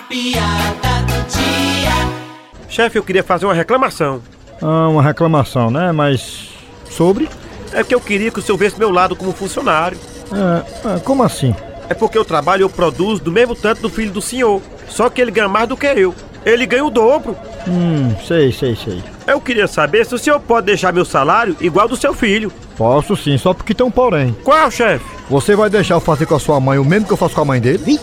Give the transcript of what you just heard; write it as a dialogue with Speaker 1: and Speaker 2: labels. Speaker 1: piada do dia.
Speaker 2: Chefe, eu queria fazer uma reclamação.
Speaker 3: Ah, uma reclamação, né? Mas. Sobre?
Speaker 2: É porque eu queria que o senhor vesse meu lado como funcionário.
Speaker 3: É, é, como assim?
Speaker 2: É porque eu trabalho e eu produzo do mesmo tanto do filho do senhor. Só que ele ganha mais do que eu. Ele ganha o dobro.
Speaker 3: Hum, sei, sei, sei.
Speaker 2: Eu queria saber se o senhor pode deixar meu salário igual do seu filho.
Speaker 3: Posso sim, só porque tem um porém.
Speaker 2: Qual, chefe?
Speaker 3: Você vai deixar eu fazer com a sua mãe o mesmo que eu faço com a mãe dele?